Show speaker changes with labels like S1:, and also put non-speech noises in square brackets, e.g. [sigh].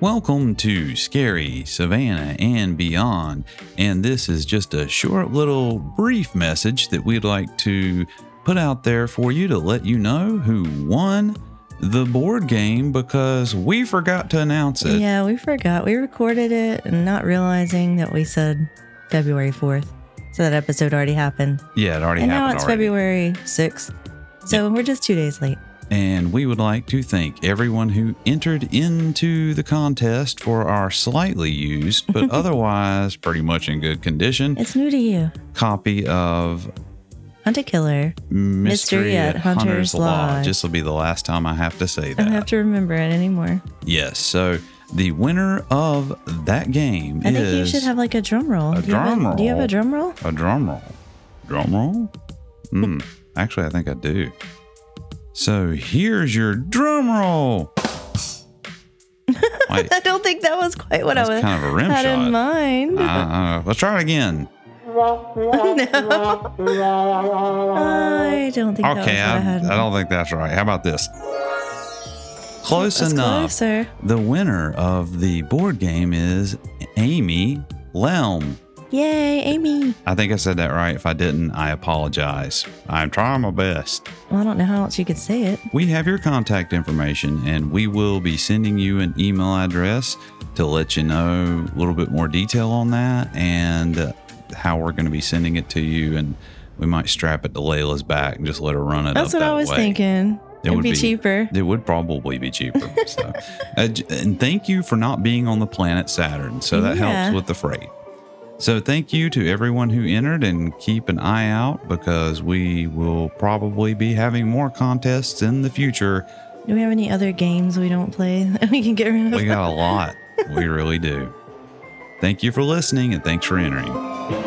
S1: Welcome to Scary Savannah and Beyond. And this is just a short little brief message that we'd like to put out there for you to let you know who won the board game because we forgot to announce it.
S2: Yeah, we forgot. We recorded it and not realizing that we said February 4th. So that episode already happened.
S1: Yeah, it already
S2: and now
S1: happened
S2: it's
S1: already.
S2: February 6th. So we're just two days late.
S1: And we would like to thank everyone who entered into the contest for our slightly used,
S2: [laughs]
S1: but otherwise pretty much in good condition,
S2: It's new to you.
S1: copy of
S2: Hunter Killer.
S1: Mystery, at, Hunter's, Law.
S2: Lodge.
S1: This will be the last time I have to say
S2: I
S1: that.
S2: don't have to remember it anymore.
S1: yes. So the winner of that game
S2: I think you
S1: is
S2: should have like a drum roll.
S1: a
S2: Do you have
S1: drum
S2: Do you have
S1: roll.
S2: a drum roll? [laughs]
S1: a drum roll. Drum roll? Hmm. Actually, I think I do. So here's your drum
S2: [laughs]
S1: roll. Wait,
S2: I don't think that was quite what
S1: That's
S2: I was
S1: kind of a rim
S2: had
S1: shot.
S2: in mind.
S1: uh, let's try it again.
S2: I don't think that was what
S1: Okay, I,
S2: I had. in
S1: I
S2: mind.
S1: don't think that's right. How about this? Close
S2: That's
S1: enough.
S2: closer.
S1: The winner of the board game is Amy Lelm.
S2: Yay, Amy.
S1: I think I said that right. If I didn't, I apologize. I'm trying my best.
S2: Well, I don't know how else you could say it.
S1: We have your contact information and we will be sending you an email address to let you know a little bit more detail on that and uh, how we're going to be sending it to you. And we might strap it to Layla's back and just let her run it
S2: That's
S1: up
S2: what
S1: that
S2: I was
S1: way.
S2: thinking. It would
S1: would
S2: be,
S1: be-
S2: cheaper.
S1: It would probably be cheaper.
S2: [laughs]
S1: So. Uh, j- and thank you for not being on the planet Saturn. So that
S2: Yeah.
S1: helps with the freight. So thank you to everyone who entered and keep an eye out because we will probably be having more contests in the future.
S2: Do we have any other games we don't play that we can get rid of? [laughs]
S1: We got a lot. we really do. Thank you for listening and thanks for entering.